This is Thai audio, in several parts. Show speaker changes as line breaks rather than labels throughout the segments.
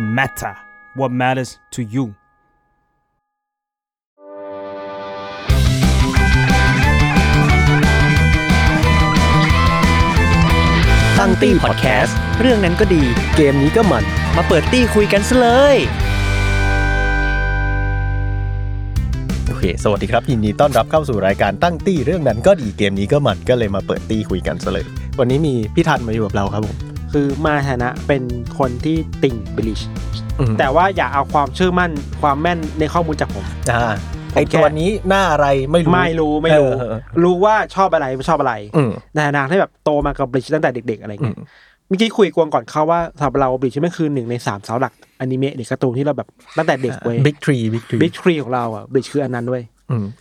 matter what matters to you
ตั้งตี้พอดแคสต์เรื่องนั้นก็ดี เกมนี้ก็มัน มาเปิดตี้คุยกันซะเลย
โอเค สวัสดีครับ ยินดีต้อนรับเข้าสู่รายการตั้งตี้เรื่องนั้นก็ดีเกมนี้ก็มันก็เลยมาเปิดตี้คุยกันซะเลย วันนี้มีพี่ทันมาอยู่กับเราครับผม
คือมาฐานะเป็นคนที่ติ่งบิลิช
อืม
แต่ว่าอย่าเอาความเชื่อมั่นความแม่นในข้อมูลจากผม
อ่าไอตัวนี้หน้าอะไรไม่รู้
ไม่รู้ไม่รู้
เออเออ
รู้ว่าชอบอะไรไม่ชอบอะไร
อืม
ในฐานะที่แบบโตมากับบลิชตั้งแต่เด็ก ๆ อะไร
อืม
เงี้ยเมื่อกี้คุยกวงก่อนเข้าว่าสำหรับเราบลิชไม่คือหนึ่งในสามเสาหลักอนิเมะหรือการ์ตูนที่เราแบบตั้งแต่เด็กเว้ย
บิ๊กทรีบิ๊กทรี
บิ๊กทรีของเราอ่ะบลิชคืออันนั้นด้วย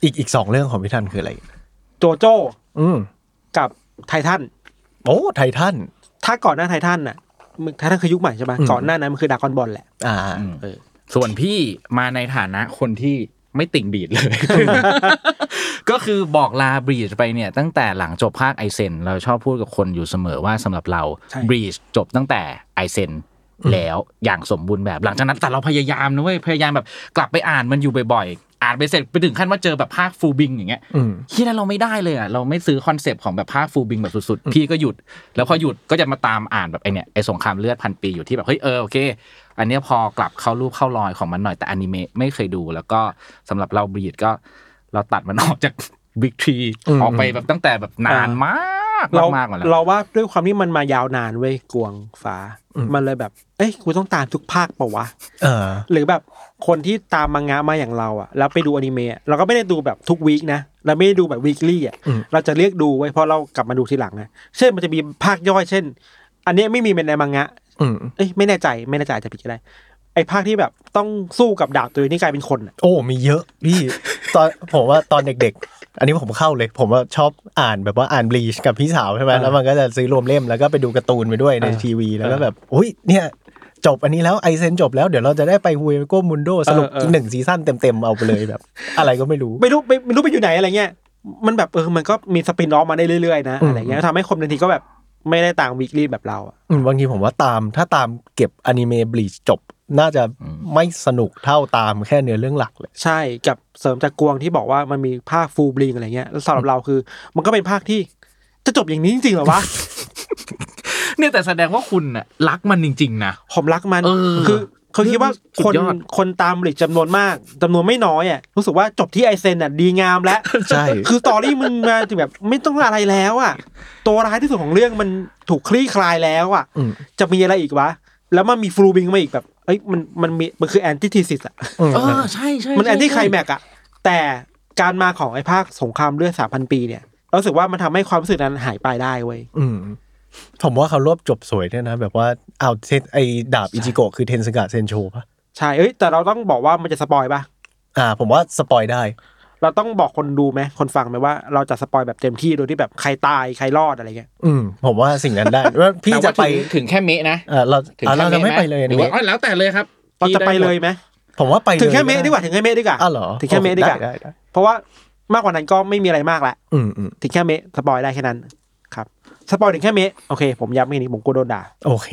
อีกอีกสองเรื่องของพี่ทันคืออะไร
โจโจ้
อืม
กับไททัน
โอ้ไททัน
ถ้าก่อนหน้าไททันน่ะไททันคือยุคใหม่ใช่ปะ
อืม
ก่อนหน้านั้นมันคือดากอนบอลแหละ
อ่า
ส่วนพี่มาในฐานะคนที่ไม่ติ่งบีดเลย ก็คือบอกลาบีดไปเนี่ย ตั้งแต่หลังจบภาคไอเซนเราชอบพูดกับคนอยู่เสมอว่าสำหรับเรา
ใช่
บีดจบตั้งแต่ไอเซนแล้วอย่างสมบูรณ์แบบหลังจากนั้นแต่เราพยายามนะเว้ยพยายามแบบกลับไปอ่านมันอยู่บ่อยๆ อ่านไปเสร็จไปถึงขั้นว่าเจอแบบภาคฟูลบิงอย่างเงี้ย
อืม
คิดแล้วเราไม่ได้เลยอ่ะเราไม่ซื้อคอนเซปต์ของแบบภาคฟูลบิงแบบสุดๆ พี่ก็หยุด แล้วพอหยุดก็จะมาตามอ่านแบบไอเนี่ยไอสงครามเลือดพันปีอยู่ที่แบบเฮ้ยเออโอเค อันเนี้ยพอกลับเข้ารูปเข้ารอยของมันหน่อยแต่อนิเมะไม่เคยดู แล้วก็สำหรับเราบีดก็ เราตัดมันออกจาก บิ๊กทรี
อืม
ออกไปแบบตั้งแต่แบบนานมาก
เรา
มากๆกว่าแล้ว
เราว่าด้วยความที่มันมายาวนานเว้ยกวงฟ้า มันเลยแบบ เอ้ยกูต้องตามทุกภาคเปะวะ
เออ
หรือแบบคนที่ตามมังงะมาอย่างเราอ่ะแล้วไปดูอนิเมะอะเราก็ไม่ได้ดูแบบทุกวีคนะเราไม่ได้ดูแบบวีคลี่อ่ะ
อืม
เราจะเรียกดูไว้ยเพราะเรากลับมาดูทีหลังนะเช่นมันจะมีภาคย่อย เช่น อันเนี้ยไม่มีเป็นในมังงะ
อืม
เอ้ยไม่แน่ใจไม่แน่ใจอาจจะผิดก็ได้ ไอ้ภาคที่แบบต้องสู้กับดาบตัวเองที่กลายเป็นคนอะ
โอ้มีเยอะพี่ ตอนผมว่าตอนเด็ก ๆ อันนี้ผมเข้าเลย ผมว่าชอบอ่านแบบว่าอ่านบลีชกับพี่สาวใช่ไหมแล้วมันก็จะซื้อรวมเล่มแล้วก็ไปดูการ์ตูนไปด้วยในทีวีแล้วก็แบบอุ้ยเนี่ย จบอันนี้แล้วไอเซนจบแล้วเดี๋ยวเราจะได้ไปฮุยโก้มุนโดสรุปอีกหนึ่งซีซั่นเต็ม ๆ เอาไปเลยแบบ อะไรก็ไม่รู้
ไม่รู้ไม่ไม่รู้ไปอยู่ไหนอะไรเงี้ยมันแบบเออมันก็มีสปินออฟมาได้เรื่อยๆนะอะไรเงี้ยทำให้คนบางทีก็แบบไม่ได้ต่างวีคลี่แบบเราอะ
อืมบางทีผมว่าตามถ้าตามเก็บอนิเมะบลีชจบ น่าจะไม่สนุกเท่าตามแค่เนื้อเรื่องหลักเลย
ใช่กับเสริมจากกวงที่บอกว่ามันมีภาคฟูลบลิงอะไรเงี้ยแล้วสำหรับเราคือ มันก็เป็นภาคที่จะจบอย่างนี้จริงๆเหรอวะ
เนี่ยแต่แสดงว่าคุณน่ะรักมันจริง ๆ นะ
ผมรักมัน
เออ
คือเขาคิดว่าคน
สุดยอด
คนตามบลิจจำนวนมากจำนวนไม่น้อยอ่ะรู้สึกว่าจบที่ไอเซนอ่ะดีงามแล้ว
ใช่
คือสตอรี่มึงมาถึงแบบไม่ต้องอะไรแล้วอ่ะตัวร้ายที่สุดของเรื่องมันถูกคลี่คลายแล้วอ่ะ
อืม
จะมีอะไรอีกวะ แล้วมันมีฟูลบลิงมาอีกแบบเอ้ยมันมันมีมันคือแอนติทีซิสอ่ะ
อืม
เออใช่ใช่
มันแอนตี้ไคล
แบบ
แม็กอะแต่การมาของไอ้ภาคสงครามเลือดสามพันปีเนี่ยเรารู้สึกว่ามันทำให้ความรู้สึกนั้นหายไปได้เว้ย
อืมผมว่าเขารวบจบสวยด้วยนะ แบบว่าเอาเซนไอดาบอิจิโกะคือเทนสกะเซนโชปะ
ใช่เอ้ยแต่เราต้องบอกว่ามันจะสปอยปะ
อ่า ผมว่าสปอยได้
เราต้องบอกคนดูไหมคนฟังไหมว่าเราจะสปอยแบบเต็มที่โดยที่แบบใครตายใครรอดอะไรเงี้ย
อืม ผมว่าสิ่งนั้นได้ ว่าพี่จะไป
ถึงแค่เมะนะ
เออเรา
ถึง
อ่ะ
แค่
เราจะไม่
ห
ไปเลย
หรือว่าอ๋อแล้วแต่เลยครับ
เราจะไป
พี่ด้หมด
เลยไหม
ผมว่าไปลย
ถึงแค่เมฆดีกว่าถึงแค่เมฆดีกว่า
อ้าวเหรอ
ถึงแค่เมฆดีกว่า
ไไไ
เพราะว่ามากกว่านั้นก็ไม่มีอะไรมากละ
อืมอืม
ถึงแค่เมฆสปอยได้แค่นั้นครับสปอยถึงแค่เมฆโอเคผมย้ำแค่นี้ผมกลัวโดนด่า
โอเค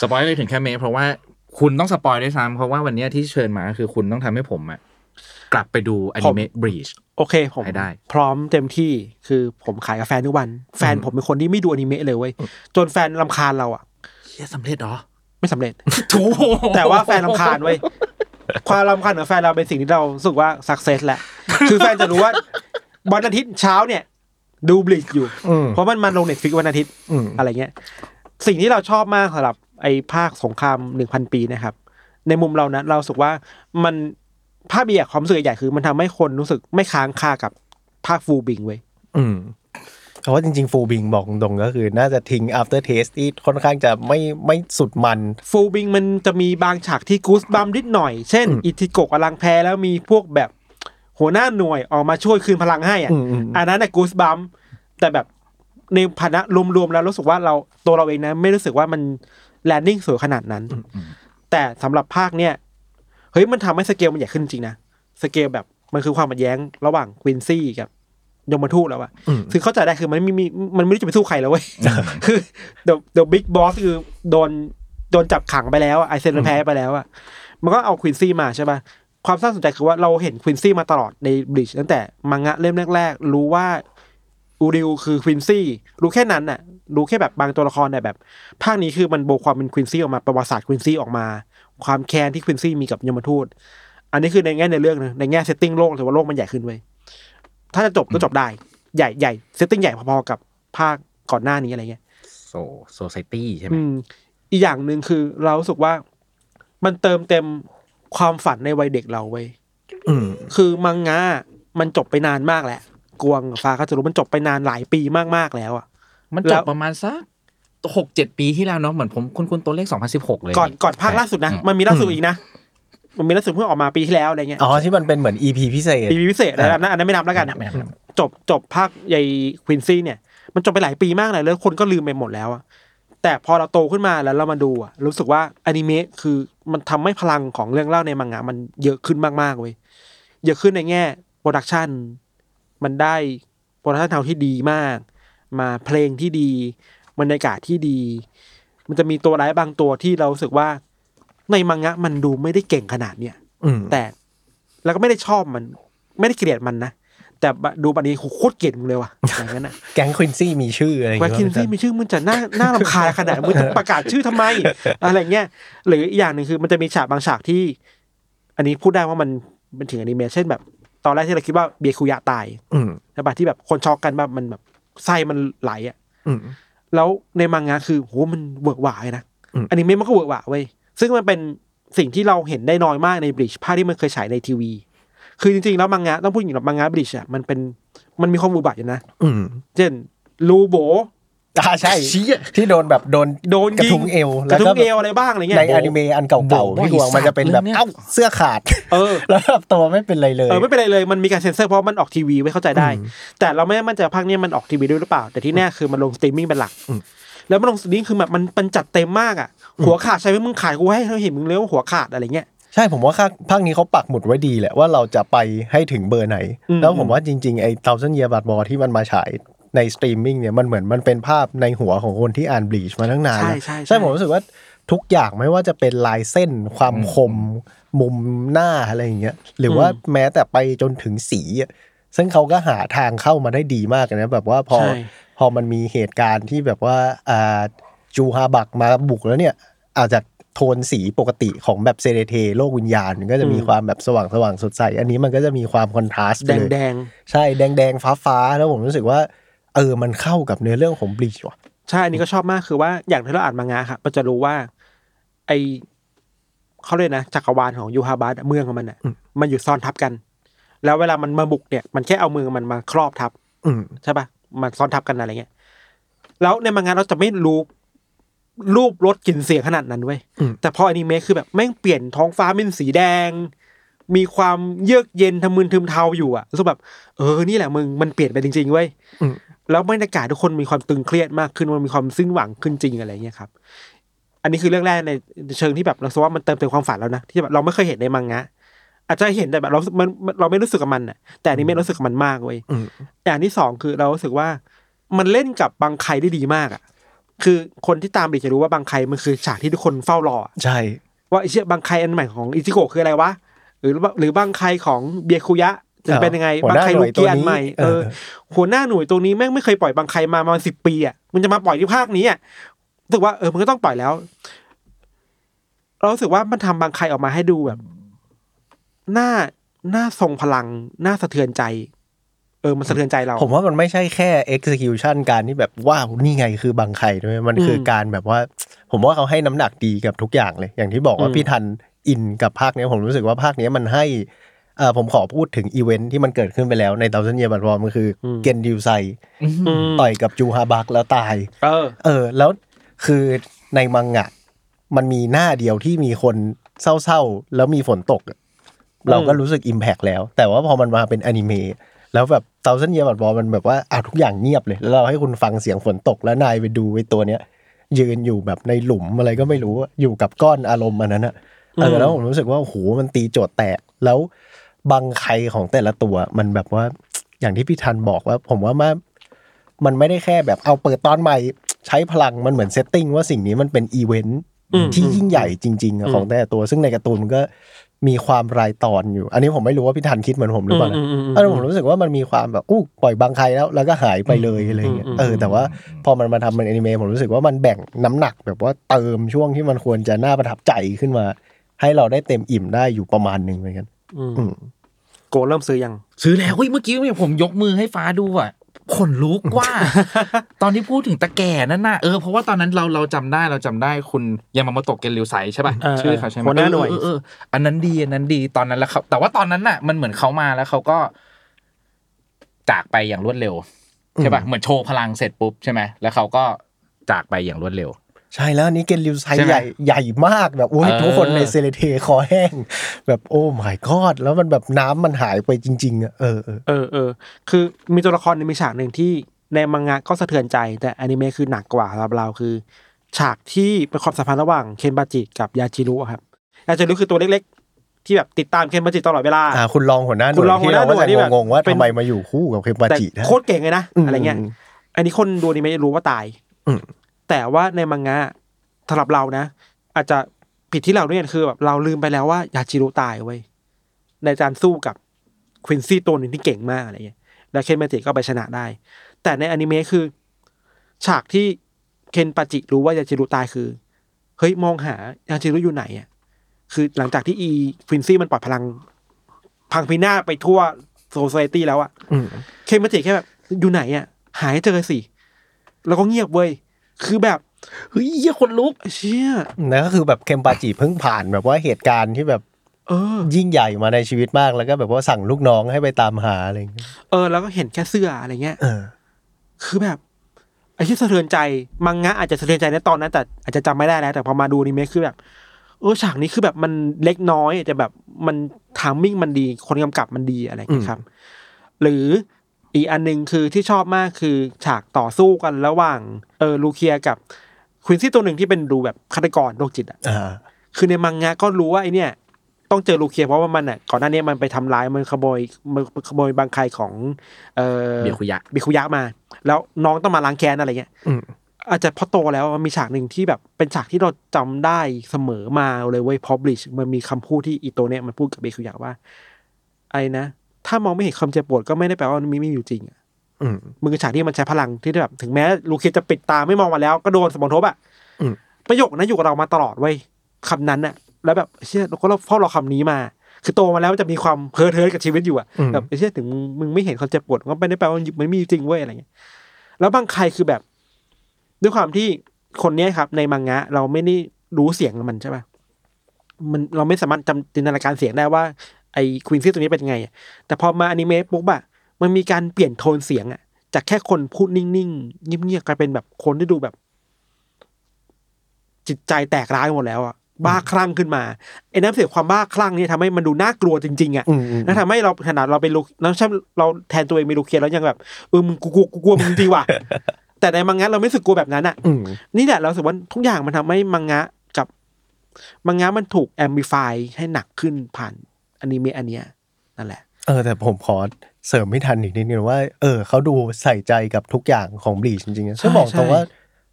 สปอยเลยถึงแค่เมย์เพราะว่าคุณต้องสปอยด้วยซ้ำเพราะว่าวันเนี้ยที่เชิญมาก็คือคุณต้องทำให้ผมอะกลับไปดูอนิเมะบรีช
โอเคผม
ให้ได้
พร้อมเต็มที่คือผมขายกับแฟนทุกวัน แฟนผมเป็นคนที่ไม่ดูอนิเมะเลยเว้ยจนแฟนลำคาญเราอะ
เชี่ยสำเร็จเหรอ
ไม่สำเร็จ
ถู
แต่ว่าแฟนลำคาญ เว้ยความลำคาญของแฟนเราเป็นสิ่งที่เรารู้สึกว่าสักเซสแหละคือแฟนจะรู้ว่าวันอาทิตย์เช้าเนี่ย ดูบลิชอยู่
อืม
เพราะมันมาลงเน็ตฟิกวันอาทิตย์
อืม
อะไรเงี้ย สิ่งที่เราชอบมากสำหรับไอ้ภาคสงครามหนึ่งพันปีนะครับ ในมุมเรานะเรารู้สึกว่ามันภาพเบียความรู้สึกใหญ่ๆคือ มันทำให้คนรู้สึกไม่ค้างคากับภาคฟูลบิงเว้ย
อืมเพราะว่าจริงๆฟูบิงบอกตรงๆก็คือ น่าจะทิ้ง after taste ที่ค่อนข้างจะไม่ไม่สุดมัน
ฟูลบิงมันจะมีบางฉากที่กูสบัมนิดหน่อย เช่น
อืม
อิทิโกะกำลังแพ้แล้วมีพวกแบบหัวหน้าหน่วยออกมาช่วยคืนพลังให้อ่ะ
อืมอืม
อันนั้นน่ะกูสบัมแต่แบบในพนะรวมๆแล้วรู้สึกว่าเราตัวเราเองนะ ไม่รู้สึกว่ามันแลนดิ้งสวยขนาดนั้น แต่สำหรับภาคเนี่ยเฮ้ยมันทำให้สเกลมันใหญ่ขึ้นจริงนะ สเกลแบบมันคือความขัดแย้งระหว่างควินซี่กับยมทูตแล้วอะ
อืม
คือเข้าใจได้ คือมันไม่มีมันไม่รู้จะไปสู้ใครแล้วเว้ย คือเดี๋ยวเดี๋ยวบิ๊กบอสคือโดนโด ดนจับขังไปแล้วอะไอเซนมันแพ้ไปแล้วอะมันก็เอาควินซี่มาใช่ป่ะความน่าสนใจคือว่าเราเห็นควินซี่มาตลอดในบลิชตั้งแต่มังงะเล่มแรกๆ รู้ว่าอูริวคือควินซี่รู้แค่นั้นน่ะ รู้แค่แบบบางตัวละครแต่ยแบบ ภาคนี้คือมันโบกความเป็นควินซี่ออกมาประวัติศาสตร์ควินซี่ออกมา ความแค้นที่ควินซี่มีกับยมทูตอันนี้คือในแง่ในเรื่องนะในแง่เซตติ้งโลกถือว่าโลกมันใหญ่ขึ้นเว้ยถ้าจะจบก็จบได้ใหญ่ใหญ่เซตติ้งใหญ่พอๆกับภาคก่อนหน้านี้อะไรเงี้ย
โซโซไซตี้ใช่ไหม
อืมอีกอย่างหนึ่งคือเรารู้สึกว่ามันเติมเต็มความฝันในวัยเด็กเราไว้ย
อืม
คือมังงะมันจบไปนานมากแหละกวงกับฟ้าก็จะรู้มันจบไปนานหลายปีมากๆแล้วอ่ะ
มัน
แล้
จบ
ว
ประมาณสักหกเจ็ดปีที่แล้วเนาะเหมือนผมคุณคุณตัวเลข 2016 เลย
ก่อนก่อนภาคล่าสุดนะ
อืม
มันมีล่าสุดอีกนะ มันมีล่าสุดเพิ่งออกมาปีที่แล้วอะไรเงี้ย
อ๋อ ที่มันเป็นเหมือน EP พิเศษ
ปีพิเศษอะไรแบบนั้นอันนั้นไม่นับแล้วกัน
ไม่นับไม่นับ
จบจบภาคใหญ่ควินซี่เนี่ย มันจบไปหลายปีมากเลยแล้วคนก็ลืมไปหมดแล้วอะแต่พอเราโตขึ้นมาแล้วเรามาดูอะรู้สึกว่าอนิเมะคือมันทำให้พลังของเรื่องเล่าในมังงะมันเยอะขึ้นมากๆเว้ยเยอะขึ้นในแง่โปรดักชันมันได้โปรดักชันเทาที่ดีมาก มาเพลงที่ดีบรรยากาศที่ดี มันจะมีตัวร้ายบางตัวที่เรารู้สึกว่า ในมังงะมันดูไม่ได้เก่งขนาดเนี่ย
อืม
แต่แล้วก็ไม่ได้ชอบมัน ไม่ได้เกลียดมันนะ แต่ดูบันนี้โหโคตรเกลียดมึงเลยว่ะ อย่างนั้นนะ
แก๊งควินซี่มี ชื่ออะไรอย่าง
แวร์คิ
เงี้
น
ย
ซี่มีชื่อมึงจะน่าน่ารำคาญขนาดมึงจะประกาศชื่อ ทำไม อะไรเงี้ยหรืออีกอย่างหนึ่งคือมันจะมีฉากบางฉากที่ อันนี้พูดได้ว่ามันมันถึงอนิเมะเช่นแบบ ตอนแรกที่เราคิดว่าเบียคุยะตาย
อืม
ใช่ปะที่แบบคนช็อกกันแบบมันแบบไส้มันไหลอ่ะ
อืม
แล้วในมังงะคือโหมันเวิร์กหวายนะ
อืม
อนิเมะมันก็เวิร์กหวาเว้ยซึ่งมันเป็นสิ่งที่เราเห็นได้น้อยมากในบลิชภาคที่มันเคยฉายในทีวี คือจริงๆแล้วมังงะต้องพูดอย่างแบบมังงะบลิชอ่ะมันเป็นมันมีความบูบัติอยู่นะ
อืม
เช่นลูโบ
อ่าใช่ ที่โดนแบบโดน
โดน
กระ
ยิ
ทุ้งเอว
ก
แล้
ระ
ว
ทุ้
ก็
งเอวอะไรบ้างอะไรเงี้
ใน
ย
อนิเมะอันเก่าๆพี่กวางมันจะเป็นแบบ
เรื่องเนี้ย
เอ้าเสื้อขาด
เออ
แล้วแบบตัวไม่เป็นไรเลย
เออไม่เป็นไรเลยมันมีการเซ็นเซอร์เพราะมันออกทีวีไว้เข้าใจได้ แต่เราไม่มั่นใจว่าภาคเนี้ยมันออกทีวีด้วยหรือเปล่า แต่ที่แน่คือมันลงสตรีมมิ่งเป็นหลัก
อืม
แล้วมันลงสตรีมมิ่งคือแบบมันมันจัดเต็มมากอ่ะ หัวขาดใช่ไหมมึงขายกูให้เราเห็นมึงเลยว่าหัวขาดอะไรเงี้ย
ใช่ผมว่าภาคภาคนี้เขาปักหมุดไว้ดีแหละว่าเราจะไปให้ถึงเบอร์ไหน
อืม
แล้วผมว่าจริงๆ ไอ้ thousand year blood war ที่มันมาฉายในสตรีมมิ่งเนี่ยมันเหมือนมันเป็นภาพในหัวของคนที่อ่านบลีชมาตั้งนาน
ใช่
แล้ว
ใช่
ใช่ผมรู้สึกว่าทุกอย่างไม่ว่าจะเป็นลายเส้นความคม มุมหน้าอะไรอย่างเงี้ยหรือว่าแม้แต่ไปจนถึงสีอะซึ่งเขาก็หาทางเข้ามาได้ดีมากเลยนะแบบว่าพอ
ใช่
พอมันมีเหตุการณ์ที่แบบว่าอ่าจูฮาบักมาบุกแล้วเนี่ย อาจจะโทนสีปกติของแบบเซเรเท โลกวิญญาณมันก็จะมี
อืม
ความแบบสว่างสว่างสดใส อันนี้มันก็จะมีความคอนทราสต์
แดง
เลย
แดง
ใช่แดงแดงฟ้าฟ้าๆ แล้วผมรู้สึกว่า เออมันเข้ากับเนื้อเรื่องของบลีชว่ะ
ๆใช่อันนี้ก็ชอบมากคือว่าอย่างที่เราอ่านมางงะครับเราจะรู้ว่า ไอเขาเรียกนะจักรวาลของยูฮาบาสอะเมืองของมันอ่ะ
อืม
มันอยู่ซ้อนทับกัน แล้วเวลามันมาบุกเนี่ย มันแค่เอามือมันมาครอบทับ
อืม
ใช่ปะมันซ้อนทับกันอะไรเงี้ย แล้วในมังงะเราจะไม่รู้รูปรสกลิ่นเสียงขนาดนั้นเว้ย
อืม
แต่พออนิเมะคือแบบแม่งเปลี่ยนท้องฟ้าเป็นสีแดง มีความเยือกเย็นทะมึนทึมเทาอยู่อะรู้สึกแบบเออ นี่แหละมึงมันเปลี่ยนไปจริงๆเว้ย แล้วบรรยากาศทุกคนมีความตึงเครียดมากขึ้นมันมีความสิ้นหวังขึ้นจริงอะไรเงี้ยครับ อันนี้คือเรื่องแรกในเชิงที่แบบเราสึกว่ามันเติมเต็มความฝันแล้วนะที่แบบเราไม่เคยเห็นในมังงะ อาจจะเห็นแต่แบบเรามันมันเราไม่รู้สึกกับมันอะแต่อันนี้ไม่รู้สึกกับมันมากเว้ย
อืม
อย่างที่สองคือเรารู้สึกว่ามันเล่นกับบางใครได้ดีมากอ่ะ คือคนที่ตามดิจะรู้ว่าบางใครมันคือฉากที่ทุกคนเฝ้ารออะ
ใช่
ว่าไอเชี่ยบางใครอันใหม่ของอิจิโกะคืออะไรวะหรือว่าหรือบางใครของเบียคุยะจะเป็นยังไง
เออบ
างใคร
หัวหน้าหน่วย
ลูกี้อัน
ตัวนี้
ใหม่
เอ
เอ
อ
อหัวหน้าหน่วยตัวนี้แม่งไม่เคยปล่อยบางใครมาประมาสิบปีอ่ะมันจะมาปล่อยที่ภาคนี้อ่ะรู้สึกว่าเออมันก็ต้องปล่อยแล้ว เรารู้สึกว่ามันทำบางใครออกมาให้ดูแบบหน้าหน้าทรงพลังหน้าสะเทือนใจ เออมันสะเทือนใจเรา
ผมว่ามันไม่ใช่แค่ execution การที่แบบว้าวนี่ไงคือบางใครด้วยมันคืออ
ม
การแบบว่า ผมว่าเขาให้น้ำหนักดีกับทุกอย่างเลย อย่างที่บอกว่า
อืม
พี่ทันอินกับภาคเนี้ยผมรู้สึกว่าภาคเนี้ยมันให้เอ่อผมขอพูดถึงอีเวนท์ที่มันเกิดขึ้นไปแล้วใน Thousand Year Blood War มันคืออ
ม
เกนดิวไซ
อืม
ต่อยกับจูฮาบักแล้วตาย
เออ
เออ แล้วคือในมังงะ มันมีหน้าเดียวที่มีคนเศร้าๆ แล้วมีฝนตกอะเราก็รู้สึกอิมแพกแล้ว แต่ว่าพอมันมาเป็นอนิเมะแล้วแบบเตาเส้นเยียบัดบอมันแบบว่าอ่ะทุกอย่างเงียบเลย แล้วเราให้คุณฟังเสียงฝนตกแล้วนายไปดูไอ้ตัวเนี้ย ยืนอยู่แบบในหลุมอะไรก็ไม่รู้อะอยู่กับก้อนอารมณ์อันนั้นอะเออ
ม
แล้วผมรู้สึกว่าโอ้โหมันตีโจทย์แตกแล้วบางใครของแต่ละตัวมันแบบว่า อย่างที่พี่ทันบอกว่า ผมว่ามามันไม่ได้แค่แบบเอาเปิดตอนใหม่ ใช้พลังมันเหมือนเซตติ้งว่าสิ่งนี้มันเป็นอีเวนต์
อืม
ที่ยิ่งใหญ่จริงๆอะ
อืม
ของแต่ละตัว ซึ่งในการ์ตูนมันก็มีความรายตอนอยู่ อันนี้ผมไม่รู้ว่าพี่ทันคิดเหมือนผมหรือเปล่านะ
มม
เออผมรู้สึกว่ามันมีความแบบอู้ปล่อยบางใครแล้ว แล้วก็หายไปเลยอะไรเงี้ย
อืมอืม
เออแต่ว่าพอมันมาทำเป็นอนิเมะผมรู้สึกว่ามันแบ่งน้ำหนักแบบว่าเติมช่วงที่มันควรจะน่าประทับใจขึ้นมา ให้เราได้เต็มอิ่มได้อยู่ประมาณหนึ่งเหมือนกัน
อืม
อืม
โกเริ่มซื้อยัง
ซื้อแล้วเฮ้ยเมื่อกี้เนี่ยผมยกมือให้ฟ้าดูอ่ะขนลุกว่า ตอนที่พูดถึงตะแก่นั่นน่ะเออเพราะว่าตอนนั้นเราเราจำได้เราจำได้คุณยามาโมโตะเกนริวไซใช่ป่ะ
เออ
ชื่อเขาใช่ไหม
หัวหน้าหน่วย
เออเออเอออันนั้นดีอันนั้นดีตอนนั้นแล้วเขาแต่ว่าตอนนั้นน่ะมันเหมือนเขามาแล้วเขาก็ จากไปอย่างรวดเร็วใช่ป่ะเหมือนโชว์พลังเสร็จปุ๊บใช่ไหมแล้วเขาก็จากไปอย่างรวดเร็ว
ใช่แล้วอันนี้เกนริวไซ
ใช่
ให
ไหม
ญ่ใหญ่มากแบบโอ้ย
เออ
ทุกคนในเซเลเทคอแห้ง แบบโอ้ my god แล้วมันแบบน้ำมันหายไปจริงๆอะเออเออ
เออเออคือมีตัวละครในงมีฉากหนึ่งที่ในมังงะก็สะเทือนใจ แต่อนิเมะคือหนักกว่าสำหรับเราคือ ฉากที่เป็นความสัมพันธ์ระหว่างเคนบาจิกับยาจิรุอะครับยาจิรุคือตัวเล็กๆ ที่แบบติดตามเคนบาจิตลอดเวลา
อ่าคุณลองหัวหน้าหน่
คุ
ว
ณ
ย
รองหัว
ที่
หน้า
เรา
หน่
ก็
วย
จะ
ที่แบบ
งงๆว่า
เป็น
ทำไมมาอยู่คู่กับเคมปา
แต่
จิได้
โคตรเก่งเลยนะ
อืม
อะไรเงี้ย อันนี้คนดูอนิเมะจะรู้ว่าตาย
อืม
แต่ว่าในมังงะสำหรับเรานะ อาจจะผิดที่เราเนี่ยคือแบบเราลืมไปแล้วว่ายาจิรุตายเว้ยในการสู้กับควินซี่ตัวหนึ่งที่เก่งมากอะไรเงี้ยแล้วเคนเมจิก็ไปชนะได้ แต่ในอนิเมะคือ ฉากที่เคนปาจิรู้ว่ายาจิรุตายคือเฮ้ยมองหายาจิรุอยู่ไหนอ่ะคือหลังจากที่อีควินซี่มันปล่อยพลัง พังพินาศไปทั่วโซซ i ตี้แล้วอ่ะ
อืม
เคมเมจิแค่แบบอยู่ไหนอ่ะ หายเจอสิ แล้วก็เงียบเว้ย คือแบบ
เฮ้ยเหี้ยขนลุก
เชี่ย
นั่นก็คือแบบเคมปาจิเพิ่งผ่านแบบว่าเหตุการณ์ที่แบบ
เออ
ยิ่งใหญ่มาในชีวิตมากแล้วก็แบบว่าสั่งลูกน้องให้ไปตามหาอะไรอย่างเงี้ย
เออ แล้วก็เห็นแค่เสื้ออะไรเงี้ย
เออ
คือแบบไอ้ที่สะเทือนใจ มังงะอาจจะสะเทือนใจในตอนนั้น แต่อาจจะจำไม่ได้แล้ว แต่พอมาดูอนี่เมะคือแบบ เออฉากนี้คือแบบมันเล็กน้อยแต่แบบมันทามมิ่งมันดี คนกำกับมันดีอะไรอย่างเงี้ยครับ หรืออีกอันหนึ่งคือที่ชอบมากคือฉากต่อสู้กันระหว่างเออลูเคียกับควินซี่ตัวหนึ่งที่เป็นดูแบบฆาตกรโรคจิตอะ
อ่า
คือในมังงะก็รู้ว่าไอเนี่ย ต้องเจอลูเคียเพราะว่ามันอ่ะก่อนหน้านี้มันไปทำร้ายมันขโมยมันขโมยบางใครของ เออ
เบียร์คุยะ
บิคุยะมา แล้วน้องต้องมาล้างแค้นอะไรเงี้ย
อืม
อาจจะพอโตแล้วมันมีฉากหนึ่งที่แบบเป็นฉากที่เราจำได้เสมอมาเลยเว้ยพอบลิชมันมีคำพูดที่อีโตเนี่ยมันพูดกับเบคุยะว่าไอ้นะ ถ้ามองไม่เห็นความเจ็บปวดก็ไม่ได้แปลว่ามันมีไม่อยู่จริงอะ
อืม
มึงคือฉากที่มันใช้พลังที่แบบถึงแม้ลูเคียจะปิดตาไม่มองมาแล้วก็โดนสมองทบอะ ประโยคนั้นอยู่กับเรามาตลอดเว้ยคำนั้นอะแล้วแบบเชื่อเราก็เฝ้ารอคำนี้มา คือโตมาแล้วมันจะมีความเพ้อเทอกับชีวิตอยู่อะ
อืม
แบบเชื่อถึงมึงมึงไม่เห็นความเจ็บปวดก็ไม่ได้แปลว่ามันมีจริงเว้ยอะไรเงี้ยแล้วบางใครคือแบบ ด้วยความที่คนเนี้ยครับ ในมังงะ เราไม่ได้รู้เสียงมันใช่ป่ะมันเราไม่สามารถจำจินตนาการเสียงได้ว่าไอ้ควินซี่ตัวนี้เป็นยังไงอะแต่พอมาอนิเมะปุ๊บอะมันมีการเปลี่ยนโทนเสียงอะจากแค่คนพูดนิ่งๆเงียบๆกลายเป็นแบบคนที่ดูแบบ จิตใจแตกร้ายหมดแล้วอ่ะบ้าคลั่งขึ้นมาไอ้น้ำเสียงความบ้าคลั่งเนี่ยทำให้มันดูน่ากลัวจริงๆอ่ะ
อืมอืม
แล้วทำให้เราขนาดเราเป็นลูกน้ำช่ำเราแทนตัวเองเป็นลูกเคียนแล้วยังแบบเออมึงกูกลัวกูกลัวมึงจริงๆว่ะ แต่ในมังงะเราไม่รู้สึกกลัวแบบนั้นอ่ะ
อืม
นี่แหละเรารู้สึกว่าทุกอย่างมันทำให้มังงะกับมังงะมันถูกแอมบิฟายให้หนักขึ้นผ่านอนิเมะอันเนี้ยนั่นแหละ
เออ แต่ผมขอเสริมไม่ทันอีกนิดนึงว่า เออเขาดูใส่ใจกับทุกอย่างของบลีชจริงๆนะ
ใช่
ซึ่งบอกตรง
ใช่
ว่า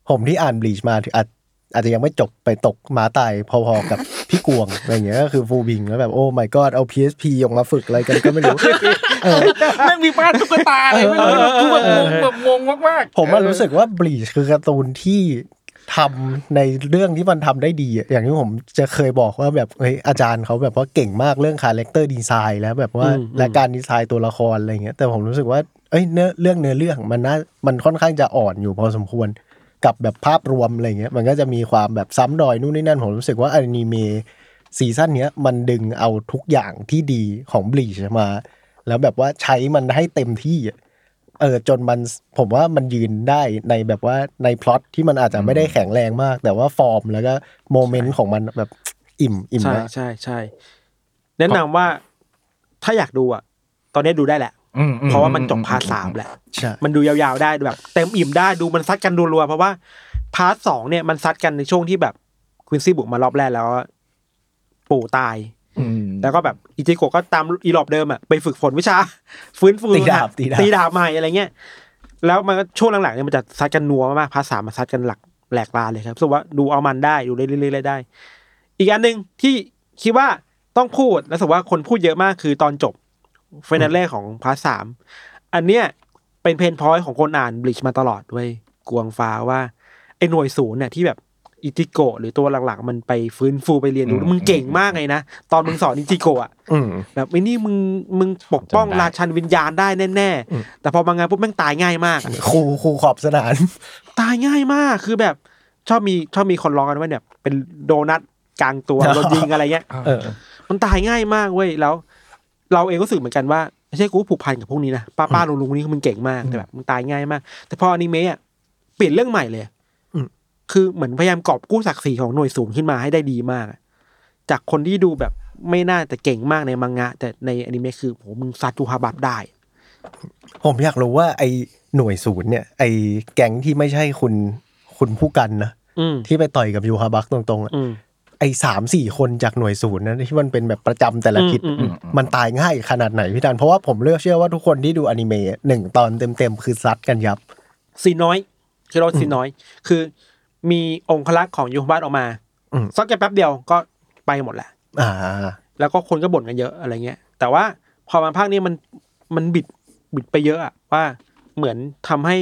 ผมที่อ่านบลีชมาถึงอาจอาจจะยังไม่จบไปตกหมาตายพอๆกับ พี่กวงอะไรอย่างเงี้ยก็คือฟูบิงแล้วแบบโอ้ my god เอา PSP ยงมาฝึกอะไรกันก็ไม่รู้
แม่งมีบ้านตุ๊กตาอะไรไม่รู้กูแบบงงแบบงงมากๆ
ผมว่ารู้สึกว่าบลีชคือการ์ตูนที่ทำในเรื่องที่มันทำได้ดีอะอย่างที่ผมจะเคยบอกว่าแบบเฮ้ยอาจารย์เขาแบบว่าเก่งมากเรื่องคาแรคเตอร์ดีไซน์แล้วแบบว่า
อืม
และการดีไซน์ตัวละครอะไรเงี้ยแต่ผมรู้สึกว่าเอ้ยเนื้อเรื่องเนื้อเรื่องมันน่ามันค่อนข้างจะอ่อนอยู่พอสมควรกับแบบภาพรวมอะไรเงี้ยมันก็จะมีความแบบซ้ำรอยนู่นนี่นั่นผมรู้สึกว่าอนิเมะซีซั่นเนี้ยมันดึงเอาทุกอย่างที่ดีของบลีชมา แล้วแบบว่าใช้มันให้เต็มที่อะ เออจนมันผมว่ามันยืนได้ในแบบว่าในพล็อตที่มันอาจจะไม่ได้แข็งแรงมาก แต่ว่าฟอร์มแล้วก็โมเมนต์ของมันแบบอิ่มอิ่ม
ใช่
นะ
ใช่ใช่แนะนำว่าถ้าอยากดูอ่ะ ตอนนี้ดูได้แหละ
อือื
เพราะว่ามันจบพาร์ทสามแหละ
ใช่
มันดูยาวๆได้แบบเต็มอิ่มได้ดูมันซัดกันรัวๆเพราะว่าพาร์ทสองเนี่ยมันซัดกันในช่วงที่แบบควินซี่บุกมารอบแรกแล้ว ปู่ตาย
อืม
แล้วก็แบบอิจิโกะก็ตามอีรอบเดิมอะไปฝึกฝนวิชา ฟื้นฟู
ตีดาบตีดาบ
ตีดาบใหม่อะไรเงี้ย แล้วมันก็ช่วงหลังๆเนี่ยมันจะซัดกันนัวมากพาร์ทสามมาซัดกันหลัก แหลกลานเลยครับรู้สึกว่าดูเอามันได้ดูเรื่อยๆได้ อีกอันหนึ่งที่คิดว่าต้องพูดแล้วรู้สึกว่าคนพูดเยอะมากคือตอนจบฟน a ลแรกของพาร์ทสามอันเนี้ยเป็นเพนพอยของคนอ่านบลิชมาตลอดด้วยกวงฟ้าว่าไอ้หน่วยศูนย์เนี่ยที่แบบอิติโกะหรือตัวหลักๆ มันไปฟื้นฟูไปเรียนรู้
อืม
มึงเก่งมากเลยนะ ตอนมึงสอนอิติโกะอะ
อืม
แบบไอ้นี่มึงมึงปกป้อง
จำได้
ราชันวิญญาณได้แน่
อืม
ๆ แต่พอบางงานปุ๊บแม่งตายง่ายมากอะ
ครูครูขอบสนาน
ตายง่ายมากคือแบบชอบมีชอบมีคนร้องกันว่าเนี่ยเป็นโดนัทกลาง ตัว โดนยิงอะไรเงี้ย
เออ
มันตายง่ายมากเว้ยแล้ว เราเองก็รู้สึกเหมือนกันว่าไม่ใช่กูผูกพันกับพวกนี้นะป้าป้าลุงลุงนี่คือมึงเก่งมากแต่แบบมึงตายง่ายมาก แต่พออนิเมะอะเปลี่ยนเรื่องใหม่เลย
อืม
คือเหมือนพยายามกอบกู้ศักดิ์ศรีของหน่วยศูนย์ขึ้นมาให้ได้ดีมากอะจากคนที่ดูแบบไม่น่าจะเก่งมากในมังงะ แต่ในอนิเมะคือโหมึงซาจูฮาบับได้
ผมอยากรู้ว่าไอหน่วยศูนย์เนี่ย ไอแก๊งที่ไม่ใช่คุณคุณผู้กันนะ
อืม
ที่ไปต่อยกับยูฮาบักตรงๆอะ
อืม
ไอสามสี่คนจากหน่วยศูนย์นะที่มันเป็นแบบประจำแต่ละทิศ
อืมอืม
มันตายง่ายขนาดไหนพี่ดันเพราะว่าผมเลือกเชื่อว่าทุกคนที่ดูอนิเมะหนึ่งตอนเต็มๆคือซัดกันยับ
สีน้อยคือเราสีน้อย คือมีองคลักษ์ของยูฮบาตออกมา
อืม
สักแค่แป๊บเดียวก็ไปหมดแหละ
อ่า
แล้วก็คนก็บ่นกันเยอะอะไรเงี้ย แต่ว่าพอมาภาคนี้มันมันบิดบิดไปเยอะอะว่าเหมือนทำให้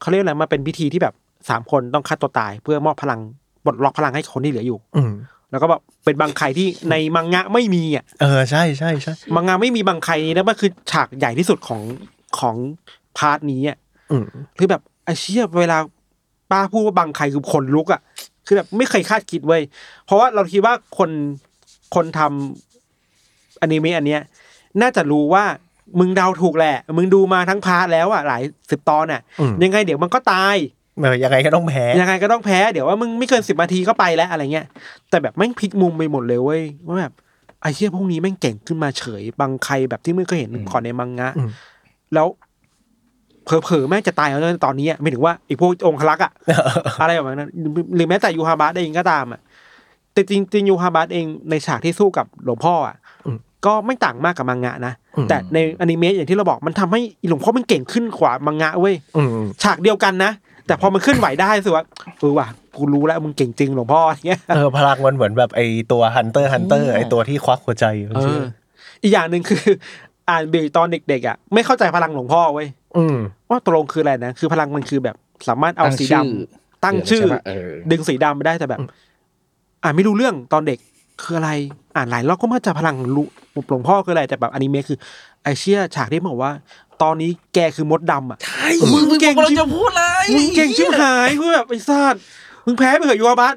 เขาเรียกอะไรมาเป็นพิธีที่แบบสามคนต้องฆ่าตัวตาย เพื่อมอบพลังปลดล็อกพลังให้คนที่เหลืออยู่
อืม
แล้วก็แบบเป็นบางใครที่ในมังงะไม่มีอ่ะ
เออใช่ใช่ใช่
มังงะไม่มีบางใครนี้นะมันคือฉากใหญ่ที่สุดของของพาร์ทนี้อ่ะ
อืม
คือแบบไอ้เชี่ยเวลาป้าพูดว่าบางใครคือคนลุกอะ่ะ คือแบบไม่เคยคาดคิดเว้ยเพราะว่าเราคิดว่าคนคนทำอนิเมะอันเนี้ย น่าจะรู้ว่ามึงเดาถูกแหละ มึงดูมาทั้งพาร์ทแล้วอะ่ะหลายสิบตอนอะ่ะ
อืม
ยังไงเดี๋ยวมันก็ตาย
เออยังไงก็ต้องแพ้
ยังไงก็ต้องแพ้เดี๋ยวว่ามึงไม่เกินสิบนาทีก็ไปแล้วอะไรเงี้ยแต่แบบแม่งพลิกมุมไปหมดเลยเว้ยว่าแบบไอ้เชี่ยพวกนี้แม่งเก่งขึ้นมาเฉย บางใครแบบที่ไม่เคยเห็นก่อนในมังงะ
อืม
แล้วเผลอๆแม่งจะตายแล้วในตอนนี้อะไม่ถึงว่าไอ้พวกองคลักษ์อะ อะไรแบบนั้นหรือหรือแม้แต่ยูฮาบาสเองก็ตามอ่ะแต่จริงจริงยูฮาบาสเองในฉากที่สู้กับหลวงพ่ออ่ะ
อืม
ก็ไม่ต่างมากกับมังงะนะ
อืม
แต่ในอนิเมะอย่างที่เราบอกมันทำให้อีหลวงพ่อมันเก่งขึ้นกว่ามังงะเว้ย
อืม
ฉากเดียวกันนะ แต่พอมันเคลื่อนไหวได้รู้สึกว่าเออว่ะกูรู้แล้วมึงเก่งจริงหลวงพ่ออย่างเงี้ย
เออพลังมันเหมือนแบบไอตัวฮันเตอร์ฮันเตอร์ไอตัวที่ควักหัวใจ
เอออีกอย่างหนึ่งคือ อ่านบิลตอนเด็กๆอ่ะไม่เข้าใจพลังหลวงพ่อเว้ย
อืม
ว่าตกลงคืออะไรนะคือพลังมันคือแบบสามารถเอาสีดำตั้งชื่อ
ใปะเ
ดึงสีดำไปได้แต่แบบ อ่านไม่รู้เรื่องตอนเด็กคืออะไร อ่านหลายรอบก็ไมาจะพลังรู้หลวงพ่อคืออะไรแต่แบบอนิเมะคือไอเชี่ยฉากที่มันบอกว่า ตอนนี้แกคือมดดำอ่ะ
ไอ้มึง
มึงเก่
เก่
ง
ง
จริง
เราจะพูดเลย
มึงเก่งชิบหายเพื่อแบบไอ้ซาดมึงแพ้ไปเถอะยูอาบัส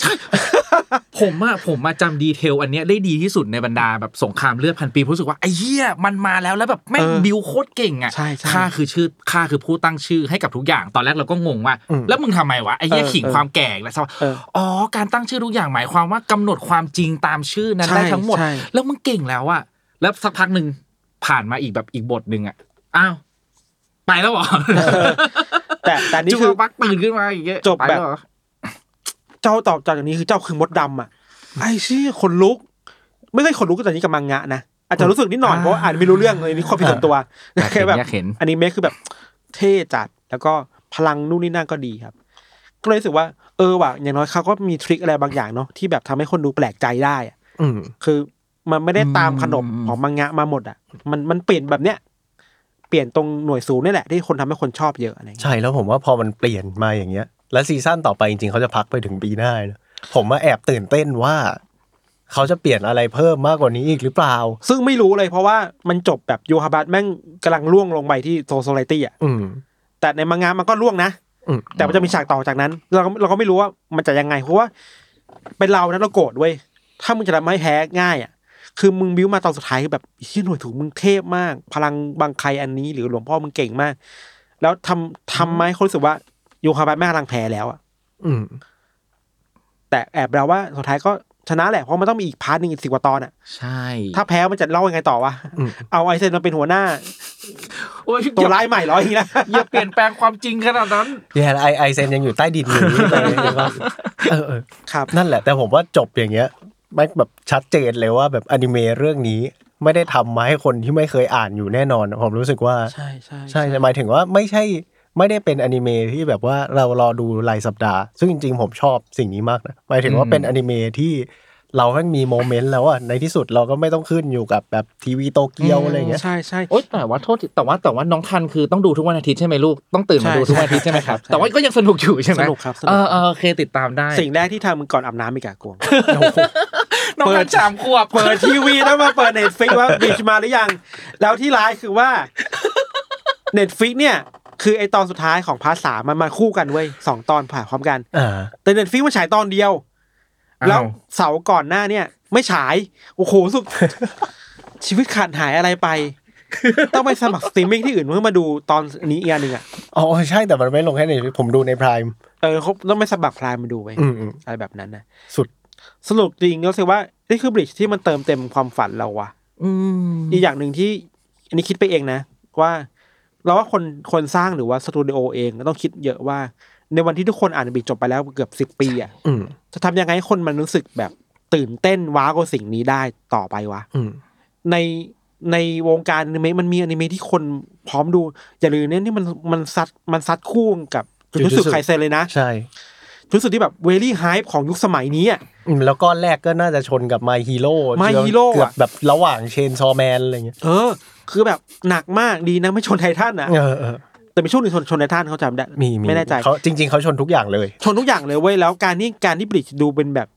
ผมอะผมมาจำดีเทลอันเนี้ยได้ดีที่สุดในบรรดาแบบสงครามเลือดพันปีผมรู้สึกว่าไอ้เหี้ยมันมาแล้วแล้วแบบแม่ง
เออ
บิวโคตรเก่งอะ
ใช่ใช่
ข้าคือชื่อข้าคือผู้ตั้งชื่อให้กับทุกอย่างตอนแรกเราก็งงว่า
อืม
แล้วมึงทำไมวะไอ้เหี้ย
เออ
ขิง
เออ
ความแก่แล้วใช่ปะ
เออ
อ๋อการตั้งชื่อทุกอย่างหมายความว่ากำหนดความจริงตามชื่อนั้น
ใช่
ได้ทั้งหมด
ใช่
แล้วมึงเก่งแล้วอะแล้วสักพักหนึ่งผ่านมาอีกแบบอีกบทหนึ่งอะอ้าวไปแล้วเหรอ
แต่แต่นี่
จู
คือ
บักตื่นขึ้นมาอย่างเงี้ย
จบ
ไป
แบบ
ล้วเหรอ
เจ้าตอบจากอย่างนี้คือเจ้าคือมดดำอ่ะไอ้เชี่ยขนลุก ไม่เคยขนลุกกับแต่นี้กับมังงะนะอาจจะรู้สึกนิดหน่อย
อ่า
เพราะว่าอ่านไม่รู้เรื่องเลยนี่ความผิดส่วนตัว
อยาก
แค่
เห็น
แบบ
อยากเห็น
อนิเมะคือแบบเท่จัดแล้วก็พลังนู่นนี่นั่นก็ดีครับ ก็เลยรู้สึกว่าเออว่ะอย่างน้อยเขาก็มีทริคอะไรบางอย่างเนาะที่แบบทำให้คนดูแปลกใจได้อะ
อืม
คือมันไม่ได้ตาม
อืม
ขนบของมังงะมาหมดอ่ะ มันมันเปลี่ยนแบบเนี้ยเปลี่ยนตรงหน่วยศูนย์นี่แหละที่คนทำให้คนชอบเยอะอะไรอย่างเงี้ย
ใช่แล้วผมว่าพอมันเปลี่ยนมาอย่างเงี้ย แล้วซีซั่นต่อไปจริงๆเขาจะพักไปถึงปีหน้านะผมว่าแอบตื่นเต้นว่า เขาจะเปลี่ยนอะไรเพิ่มมากกว่านี้อีกหรือเปล่า
ซึ่งไม่รู้เลยเพราะว่ามันจบแบบยูฮาบัตแม่งกำลังล่วงลงไปที่โซโซไลตี้อ่ะ
อืม
แต่ในมังงะมันก็ล่วงนะ
อืม
แต่มันจะมีฉากต่อจากนั้น เราก็เราก็ไม่รู้ว่ามันจะยังไง เพราะว่าเป็นเรานะเราโกรธเว้ยถ้ามึงจะทำให้แพ้ง่ายอ่ะ คือมึงบิ้วมาตอนสุดท้ายคือแบบไอ้เฮียหน่วยถูกมึงเทพมาก พลังบางใครอันนี้หรือหลวงพ่อมึงเก่งมาก แล้วทำทำไหมเขารู้สึกว่าโยคาบาแม่งกำลังแพ้แล้วอ่ะ
อืม
แต่แอบเราว่าสุดท้ายก็ชนะแหละเพราะมันต้องมีอีกพาร์ทหนึ่งอีกสิบกว่าตอนอ่ะ
ใช่
ถ้าแพ้มันจะเล่ายังไงต่อวะ
อืม
เอาไอเซนมาเป็นหัวหน้า
โอ้ย
ตัว
อย่
ร้ายใหม่เหร้อยางงี้นะ
อย่าเปลี่ยนแปลงความจริงขนาดนั้น
แย่ไอไอเซนยังอยู่ใต้ดินอยู่ เอ อเออ
ครับ
นั่นแหละ แต่ผมว่าจบอย่างเงี้ยแม่งแบบชัดเจนเลยว่าแบบอนิเมะเรื่องนี้ ไม่ได้ทำมาให้คนที่ไม่เคยอ่านอยู่แน่นอน ผมรู้สึกว่า
ใช่ใช่
ใช่หมายถึงว่าไม่ใช่ ไม่ได้เป็นอนิเมะที่แบบว่าเรารอดูรายสัปดาห์ ซึ่งจริงๆผมชอบสิ่งนี้มากนะหมายถึงว่า
อืม
เป็นอนิเมะที่เราแม่งมีโมเมนต์แล้วอะในที่สุดเราก็ไม่ต้องขึ้นอยู่กับแบบทีวีโตเกียวอะไรอย่างเงี้ย
ใช่ใช่
โอ๊ยแต่ว่าโทษทีแต่ว่าแต่ว่าน้องทันคือต้องดูทุกวันอาทิตย์ใช่ไหมลูกต้องตื่นมา
ใช่
ดูทุกวันอาทิตย์ใช่ไหมครับ
ใช่
แต่ว่าก็ยังสนุกอยู่ใช่ไหม
สนุกครับสนุก
เออเออโอเคติดตามได้
สิ่งแรกที่ทำก่อนอาบน้ำอีกอะกวง
น้องทันสามขวบ
เปิดทีวีแล้วมาเปิดเน็ตฟิกว่าบีชมาหรือยัง แล้วที่ร้ายคือว่าเน็ตฟิกเนี่ย คือไอตอนสุดท้ายของพาร์ทสามมันมาคู่กันเว้ยสองตอนผ่านพร้อมกัน
อ่า
แต่เน็ตฟิกมันฉายตอนเดียว แล้วเสาร์ก่อนหน้าเนี่ย ไม่ฉาย โอ้โหรู้สุด ชีวิตขาดหายอะไรไป ต้องไปสมัครสตรีมมิ่งที่อื่นเพื่อมาดูตอนนี้อีกอันหนึ่งอ่ะ
อ๋อใช่แต่มันไม่ลงแค่ในผมดูในพราย
เออเขาต้องไปสมัครพรายมาดูไว้ย
อืมอืม
อะไรแบบนั้นนะ
สุด
สรุปจริงก็คือว่านี่คือบริดจ์ที่มันเติมเต็มความฝันเราว่ะ
อืม
อีกอย่างหนึ่งที่อันนี้คิดไปเองนะ ว่า เราว่าคนคนสร้างหรือว่าสตูดิโอเองก็ต้องคิดเยอะว่า ในวันที่ทุกคนอ่านบีจบไปแล้วเกือบสิบปีอ่ะ
อืม
จะทำยังไงให้คนมันรู้สึกแบบตื่นเต้นว้าวกับสิ่งนี้ได้ต่อไปวะ
อืม
ในในวงการอนิเมะมันมีอนิเมะที่คนพร้อมดู อย่าลืมเนี่ยนี่มันมันซัดมันซัดคู่กับจุดรู้สึกไคเซนเลยนะ
ใช่
จุดรู้สึกที่แบบเวลี่ไฮป์ของยุคสมัยนี้อ่ะ
อืมแล้วก้อนแรกก็น่าจะชนกับ My Hero
My Hero
เกือบ
อะ
แบบระหว่างเชนซอแมนอะไรเงี้ย
เออ คือแบบหนักมากดีนะไม่ชนไททันนะ
เออเออ
แต่มีช่วงหนึ่งชนชนไททันเขาจำได้
มีมี
ไม่แน่ใจ
เขาจริง ๆเขาชนทุกอย่างเลย
ชนทุกอย่างเลยเว้ยแล้วการที่การที่บริดจดูเป็นแบบ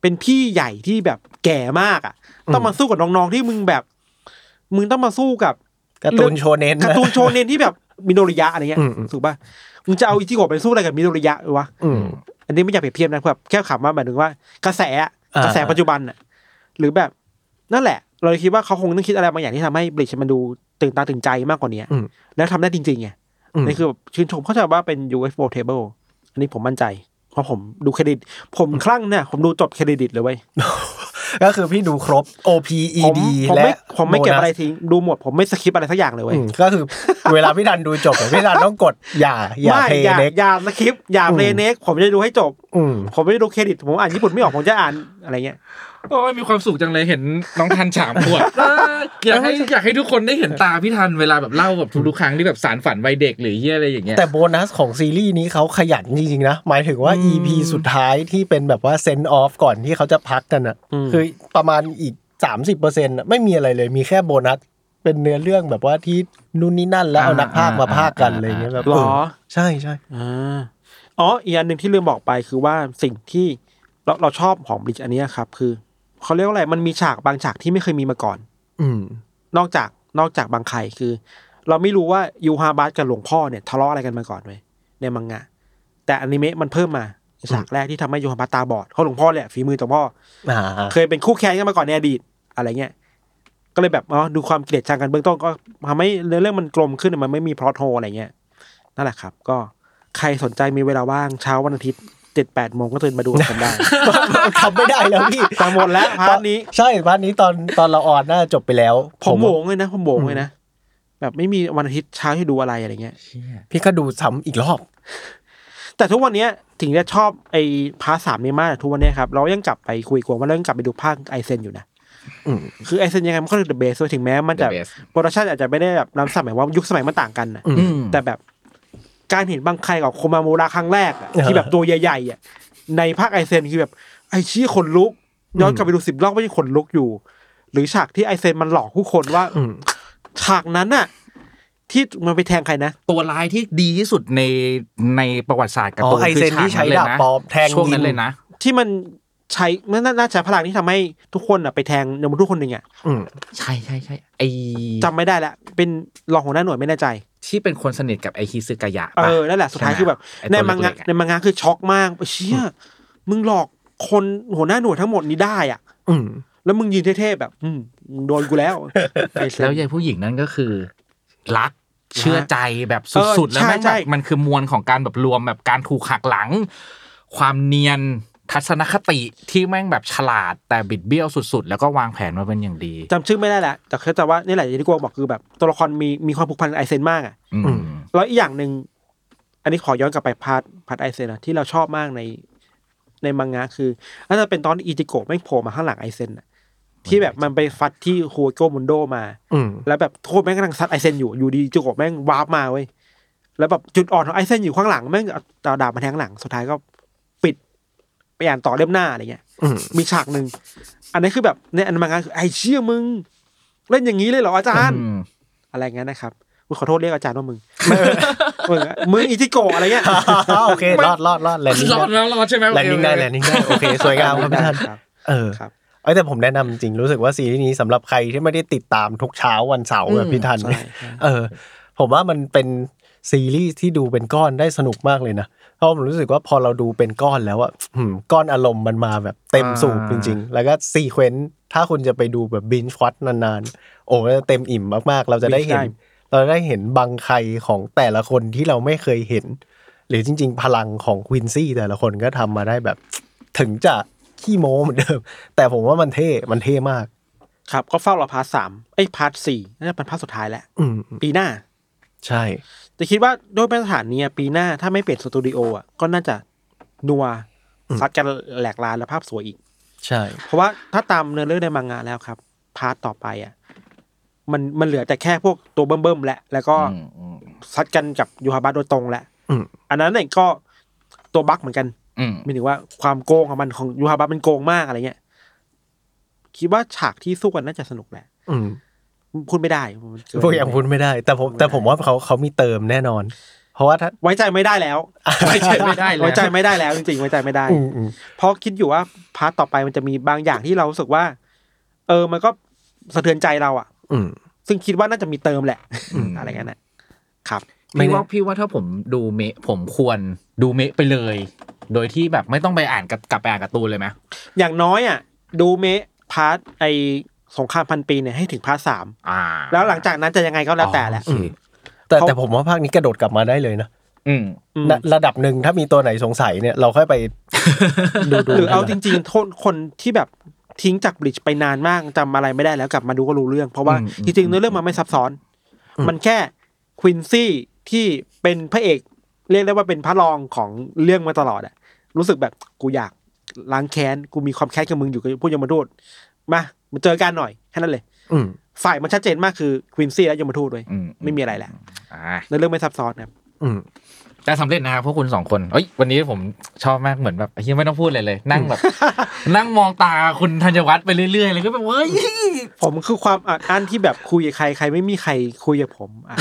เป็นพี่ใหญ่ที่แบบแก่มากอ่ะ ต้องมาสู้กับน้องๆที่มึงแบบ มึงต้องมาสู้ กับ
การ์ตูนโชเน้น
การ์ตูน
นะ
โชเนนที่แบบมิโนริยะอะไรเงี้ย
อืมอืม
ถูกป่ะมึงจะเอาอิจิโกะไปสู้อะไรกับมิโนริยะวะ
อืม
อันนี้ไม่อยากเปรียบเทียบนะแบบแค่ขำว่าหมายถึงว่ากระแสอะ
อ่าก ก
ระแสปัจจุบันอ่ะหรือแบบนั่นแหละ เราเลยคิดว่าเขาคงต้องคิดอะไรบางอย่างที่ทำให้บริดจมันดูตื่นตาตื่นใจมากกว่านี้
อืม
แล้วทำได้จริงๆไง
อืม
นี่คือแบบชื่นชมเข้าใจว่าเป็น UFO table อันนี้ผมมั่นใจ เพราะผมดูเครดิต ผมคลั่งเนี่ยผมดูจบเครดิตเลยเว้ย
ก็คือพี่ดูครบ O P E
ผม
D
ผม
และ
ไม่ผมไม่เก็บอะไร
โบนัส
ทิ้งดูหมดผมไม่สคิปอะไรสักอย่างเลยเว้
อื
ย
มก็คือ เวลาพี่ดันดูจบ เนี่ยพี่ดันต้องกด อย่า อย่า
ไม่
เพย์
อย่า
เด็ก
อย่าสคริปต์อย่า
อืม
เพลเน็กผมจะดูให้จบ
อืม
ผมไม่ได้ดูเครดิต ผมอ่านญี่ปุ่นไม่ออก ผมจะอ่านอะไรเงี้ย
โอ้ยมีความสุขจังเลยเห็นน้องทันสามขวบอยากให้อยากให้ทุกคนได้เห็นตาพี่ทันเวลาแบบเล่าแบบทุกๆครั้งที่แบบสารฝันวัยเด็กหรือเยี่ยอะไรอย่างเงี้ย
แต่โบนัสของซีรีส์นี้เขาขยันจริงๆนะ หมายถึงว่า EP สุดท้ายที่เป็นแบบว่าเซนออฟก่อนที่เขาจะพักกันอ่ะ
อืม
คือประมาณอีก 30%อะไม่มีอะไรเลยมีแค่โบนัส เป็นเนื้อเรื่องแบบว่าที่นู่นนี่นั่นแล้วเอานักพากย์มาพากย์กันอะไรอย่างเงี้ยแบบ
หรอ
ใช่ใช่
อาอ๋ออีกอันหนึ่งที่ลืมบอกไปคือว่าสิ่งที่เราเราชอบของบริดจอันเนี้ยครับ คือเขาเรียกว่าอะไรมันมีฉากบางฉากที่ไม่เคยมีมาก่อน
อืม
นอกจากนอกจากบางใครคือ เราไม่รู้ว่ายูฮาบาสกับหลวงพ่อเนี่ยทะเลาะอะไรกันมาก่อนเว้ยในมังงะ แต่อนิเมะมันเพิ่มมาฉากแรกที่ทำให้ยูฮาบาสตาบอดเขาะหลวงพ่อแหละฝีมือจากพ่อ
อ่า
เคยเป็นคู่แข่งกันมาก่อนในอดีตอะไรเงี้ย ก็เลยแบบอ๋อดูความเกลียดชังกันเบื้องต้นก็ทำให้เรื่องมันกลมขึ้นมันไม่มีพลอตโฮอะไรเงี้ยนั่นแหละครับ ก็ใครสนใจมีเวลาว่างเช้าวันอาทิตย์เจ็ดแปดโมงก็ตื่นมาดูกันได้
ทำไม่ได้แล้วพี่
ตามหมดแล้วพาร์ทนี้
ใช่พาร์ทนี้ตอนตอนเราออนน่าจบไปแล้ว
ผมโหงเลยนะ ผมโหงเลยนะ แบบไม่มีวันอาทิตย์เช้าให้ดูอะไรอะไรเงี้ย
พี่ก็ดูซ้ำอีกรอบ
แต่ทุกวันเนี้ยถึงจะชอบไอ้พาร์ทสามนี้มากแต่ทุกวันเนี้ยครับเรายังกลับไปคุยกวนว่าเรายังกลับไปดูภาคไอเซนอยู่นะ
อืม
คือไอเซนยังไงมันก็คือเดอะเบสถึงแม้มันจะ
The best
โปรดักชันอาจจะไม่ได้แบบล้ำสมัยว่ายุคสมัยมันต่างกันนะ
อืม
แต่แบบการเห็นบางใครกับโคมาโมราครั้งแรกอะ
เออ
ที่แบบตัวใหญ่ๆอะในภาคไอเซนคือแบบไอชี้ขนลุกย้อนกลับไปดูสิบรอบก็ยังขนลุกอยู่ หรือฉากที่ไอเซนมันหลอกผู้คนว่าฉากนั้นน่ะ ที่มันไปแทงใครนะ
ตัวร้ายที่ดีที่สุดในในประวัติศาสตร์การ์
อ๋อ
ตูน
ไอ
คื
เซ
อน
ที่
ฉาก
ใช้
นั้นเลย
ดาบ
นะ
ปอบแทง
ช่วง
ยิ
นั้นเลยนะ
ที่มันใช้มันน่าน่าจะใช้พลังที่ทำให้ทุกคนอ่ะไปแทงยมทูตคนหนึ่งอ่ะ
อืม
ใช่ใช่ใช่ไอ
จำไม่ได้ละเป็นรองหัวหน้าหน่วยไม่แน่ใจ
ที่เป็นคนสนิทกับไอคิซึกายะ
เอ
ปะ
อ นั่นแหละ สุดท้าย
ใช่
คือแบบ
ไอ้
ใน
ตัว
มังงะ
เล็กๆ
ในมังงะคือช็อกมากเชี่ย มึงหลอกคนหัวหน้าหน่วยทั้งหมดนี้ได้อ่ะ
อืม
แล้วมึงยืนเท่ๆแบบ อืมมึงโดนกู แล้วไอ้เซ็ง
แล้วยายผู้หญิงนั่นก็คือ รักเชื่อใจแบบสุดๆ
เออ
แล้วแม่ง
ใช่
แบบ
ใช่
มันคือมวลของการแบบรวมแบบการถูกหักหลัง ความเนียนทัศนคติที่แม่งแบบฉลาดแต่บิดเบี้ยวสุดๆ แล้วก็วางแผนมาเป็นอย่างดี
จำชื่อไม่ได้แหละ แต่เข้าใจว่านี่แหละอย่างที่กูบอกคือแบบ ตัวละครมีมีความผูกพันกับไอเซนมากอ่ะ
อืม
อืม
แล้วอีกอย่างหนึ่ง อันนี้ขอย้อนกลับไปพาร์ทพาร์ทไอเซนนะที่เราชอบมากในในมังงะคือน่าจะเป็นตอนที่อิจิโกะไม่งโผล่มาข้างหลังไอเซนน่ะที่แบบมันไปฟัดที่ฮูโกมุนโดมา
อืม
แล้วแบบโทษแม่งกำลังซัดไอเซนอยู่อยู่ดีจิโกะแม่งวาร์ปมาเว้ย แล้วแบบจุดอ่อนของไอเซนอยู่ข้างหลังแม่งเอาดาบมาแทงหลังสุดท้ายก็ปิดไปอ่านต่อเล่มหน้าอะไรเงี้ย
อืม
มีฉากหนึ่งอันนี้คือแบบในอันมังงะคือไอเชี่ยมึง เล่นอย่างนี้เลยเหรออาจารย์
อืม
อะไรเงี้ยนะครับกูขอโทษเรียกอาจารย์ว่ามึง มึงอะมึงอิจิโกะอะไรเงี้ย
โอเครอดรอดรอดแลนดิ้ง
รอดแล้วรอดใช่ไหม
แลนดิ้งได้แลนดิ้งได้โอเคสวยงามครับพี่ท่านเออ
ครับ
เอ้ยแต่ผมแนะนำจริงรู้สึกว่าซีรีส์นี้สำหรับใครที่ไม่ได้ติดตามทุกเช้าวันเสาร์แบบพี่ทัน
ใช่
เออผมว่ามันเป็นซีรีส์ที่ดูเป็นก้อนได้สนุกมากเลยนะเพราะผมรู้สึกว่าพอเราดูเป็นก้อนแล้วอะอืมก้อนอารมณ์มันมาแบบเต็มสูบจริง ๆ แล้วก็ซีเควนต์ถ้าคุณจะไปดูแบบบินช์วัตนานๆ โอ้จะเต็มอิ่มมากๆ เราจะได้เห็น เราได้เห็นบางใครของแต่ละคนที่เราไม่เคยเห็น หรือจริง ๆ พลังของควินซี่แต่ละคนก็ทำมาได้แบบ ถึงจะขี้โม้เหมือนเดิม แต่ผมว่ามันเท่มันเท่มาก
ครับ ก็เฝ้ารอพาร์ทสามไอ้ยพาร์ทสี่น่าจะเป็นพาร์ทสุดท้ายแล้ว
อืม
ปีหน้า
ใช่
แต่คิดว่าด้วยมาตรฐานเนี้ยปีหน้าถ้าไม่เปลี่ยนสตูดิโออ่ะก็น่าจะนัวซัดกันแหลกลานและภาพสวยอีก
ใช่
เพราะว่าถ้าตามเนื้อเรื่องในมังงะแล้วครับ พาร์ทต่อไปอ่ะมันมันเหลือแต่แค่พวกตัวเบิ่มๆแหละ แล้วก็
อืมอืม
ซัดกันกับยูฮาบะโดยตรงแหละ
อืม
อันนั้นเองก็ตัวบั๊กเหมือนกัน
อืม
หมายถึงว่าความโกงของมันของยูฮาบะมันโกงมากอะไรเงี้ย คิดว่าฉากที่สู้กันน่าจะสนุกแหละ
อืม
พูดไม่ได้มันเกิน
พวกอย่างพูดไม่ได้แต่ผมแต่ผมว่าเขาเขามีเติมแน่นอน เพราะว่าถ้า
ไว้ใจไม่ได้แล้ว
ไม่ใช่ไม่ได้เลย
ไว้ใจไม่ได้แล้วจริงๆไว้ใจไม่ได้
อืมอืม
เพราะคิดอยู่ว่าพาร์ทต่อไปมันจะมีบางอย่างที่เรารู้สึกว่า เออมันก็สะเทือนใจเราอ่ะ
อืม
ซึ่งคิดว่าน่าจะมีเติมแหละ อะไรเงี้ยนะครับ
ไม่
พี่
แน่
ว่าพี่ว่าถ้าผมดูเมะผมควรดูเมะไปเลย โดยที่แบบไม่ต้องไปอ่านกับกลับไปอ่านการ์ตูนเลยไหม
อย่างน้อยอ่ะ ดูเมะพาร์ทไอสงครามพันปีเนี่ยให้ถึงพาร์ทสาม
อ่า
แล้วหลังจากนั้นจะยังไงก็แล้วแต่แหละ
อ๋อโอเค
แต่แต่ผมว่าภาคนี้กระโดดกลับมาได้เลยนะ
อืม
อืม
ณระดับหนึ่งถ้ามีตัวไหนสงสัยเนี่ยเราค่อยไป ดูดู
หรือเอา
นะ
จริงๆ คนคนที่แบบทิ้งจากบลิชไปนานมากจำอะไรไม่ได้แล้วกลับมาดูก็รู้เรื่อง เพราะว่า
อืมอืม
จริงๆเนื้อเรื่องมันไม่ซับซ้อน มันแค่ควินซี่ที่เป็นพระเอกเรียกได้ว่าเป็นพระรองของเรื่องมาตลอดอะรู้สึกแบบกูอยากล้างแค้นกูมีความแค้นกับมึงอยู่กับพวกยมทูตมามาเจอกันหน่อยแค่นั้นเลย
อืม
ฝ่ายมันชัดเจนมากคือควินซี่และยมทูตเลย
อืม
ไม่มีอะไรแหละ
อ่า
เนื้อเรื่องไม่ซับซ้อนครับ
อืม
แต่สำเร็จนะครับพวกคุณสองคนเอ้ยวันนี้ผมชอบมากเหมือนแบบเฮียไม่ต้องพูดเลยเลย นั่ง แบบ นั่งมองตาคุณธัญวัฒน์ไปเรื่อยๆเลยก็แบบเฮ้ย
ผมคือความอัดอั้นที่แบบคุยกับใครใครไม่มีใครคุยกับผมอ่ะ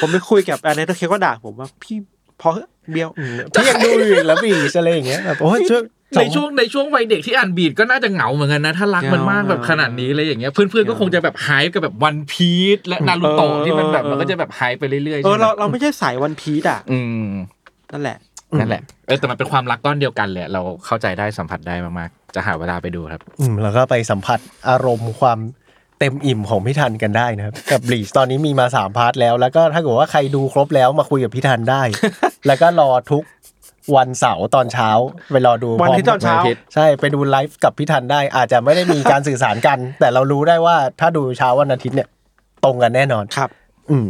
ผมไปคุยกับอันนี้ตัวเคก็ด่าผมว่าพี่พอเถอะเบี้ยว
พี่ยังดูอยู่แล้วบีชอะไรอย่างเงี้ยแบบโอ้ยช่วย
ในช่วงในช่วงวัยเด็กที่อ่านบีดก็น่าจะเหงาเหมือนกันนะ ถ้ารักมันมากแบบขนาดนี้เลยอย่างเงี้ยเพื่อนๆก็คงจะแบบหายกับแบบวันพีชและนารูโตะที่มันแบบมันก็จะแบบหายไปเรื่อยๆ
เอ
ใช่
อ
ไหม
เราเราไม่ใช่สายวันพีชอ่ะ
อืม
นั่นแหละ
นั่นแหละเออแต่มันเป็นความรักก้อนเดียวกันแหละ เราเข้าใจได้สัมผัสได้มากๆจะหาเวลาไปดูครับ
อืมแล้วก็ไปสัมผัสอารมณ์ความเต็มอิ่มของพี่ทันกันได้นะครับ กับบลีชตอนนี้มีมาสามพาร์ทแล้ว แล้วก็ถ้าเกิดว่าใครดูครบแล้วมาคุยกับพี่ทันได้ แล้วก็รอทุกวันเสาร์ตอนเช้าไปรอดู
วันอาทิตย์
พ
ต
ร้
อ
ม
นเช้า
วันอาทิตย์
ใช่ ไปดูไลฟ์กับพี่ทันได้อาจจะไม่ได้มีการสื่อสารกัน แต่เรารู้ได้ว่าถ้าดูเช้าวันอาทิตย์เนี่ย ตรงกันแน่นอน
ครับ
อืม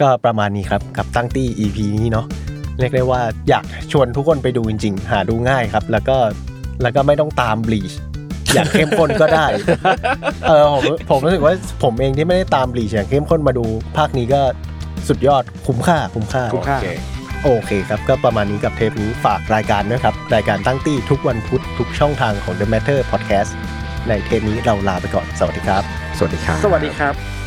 ก็ประมาณนี้ครับ กับตั้งตี้ EP นี้เนาะเรียกได้ว่าอยากชวนทุกคนไปดูจริง ๆ หาดูง่ายครับ แล้วก็แล้วก็ไม่ต้องตามบลีชอย่างเข้มข้นก็ได้ เออผมผมรู้สึกว่าผมเองที่ไม่ได้ตามบลีชอย่างเข้มข้นมาดู ภาคนี้ก็สุดยอดคุ้มค่าคุ้มค่า
คุ้มค่า
โอเคครับ ก็ประมาณนี้กับเทปนี้ฝากรายการด้วยครับ รายการตั้งตี้ทุกวันพุธทุกช่องทางของ The Matter Podcast ในเทปนี้เราลาไปก่อน สวัสดีครับ
สวัสดีครับ
สวัสดีครับ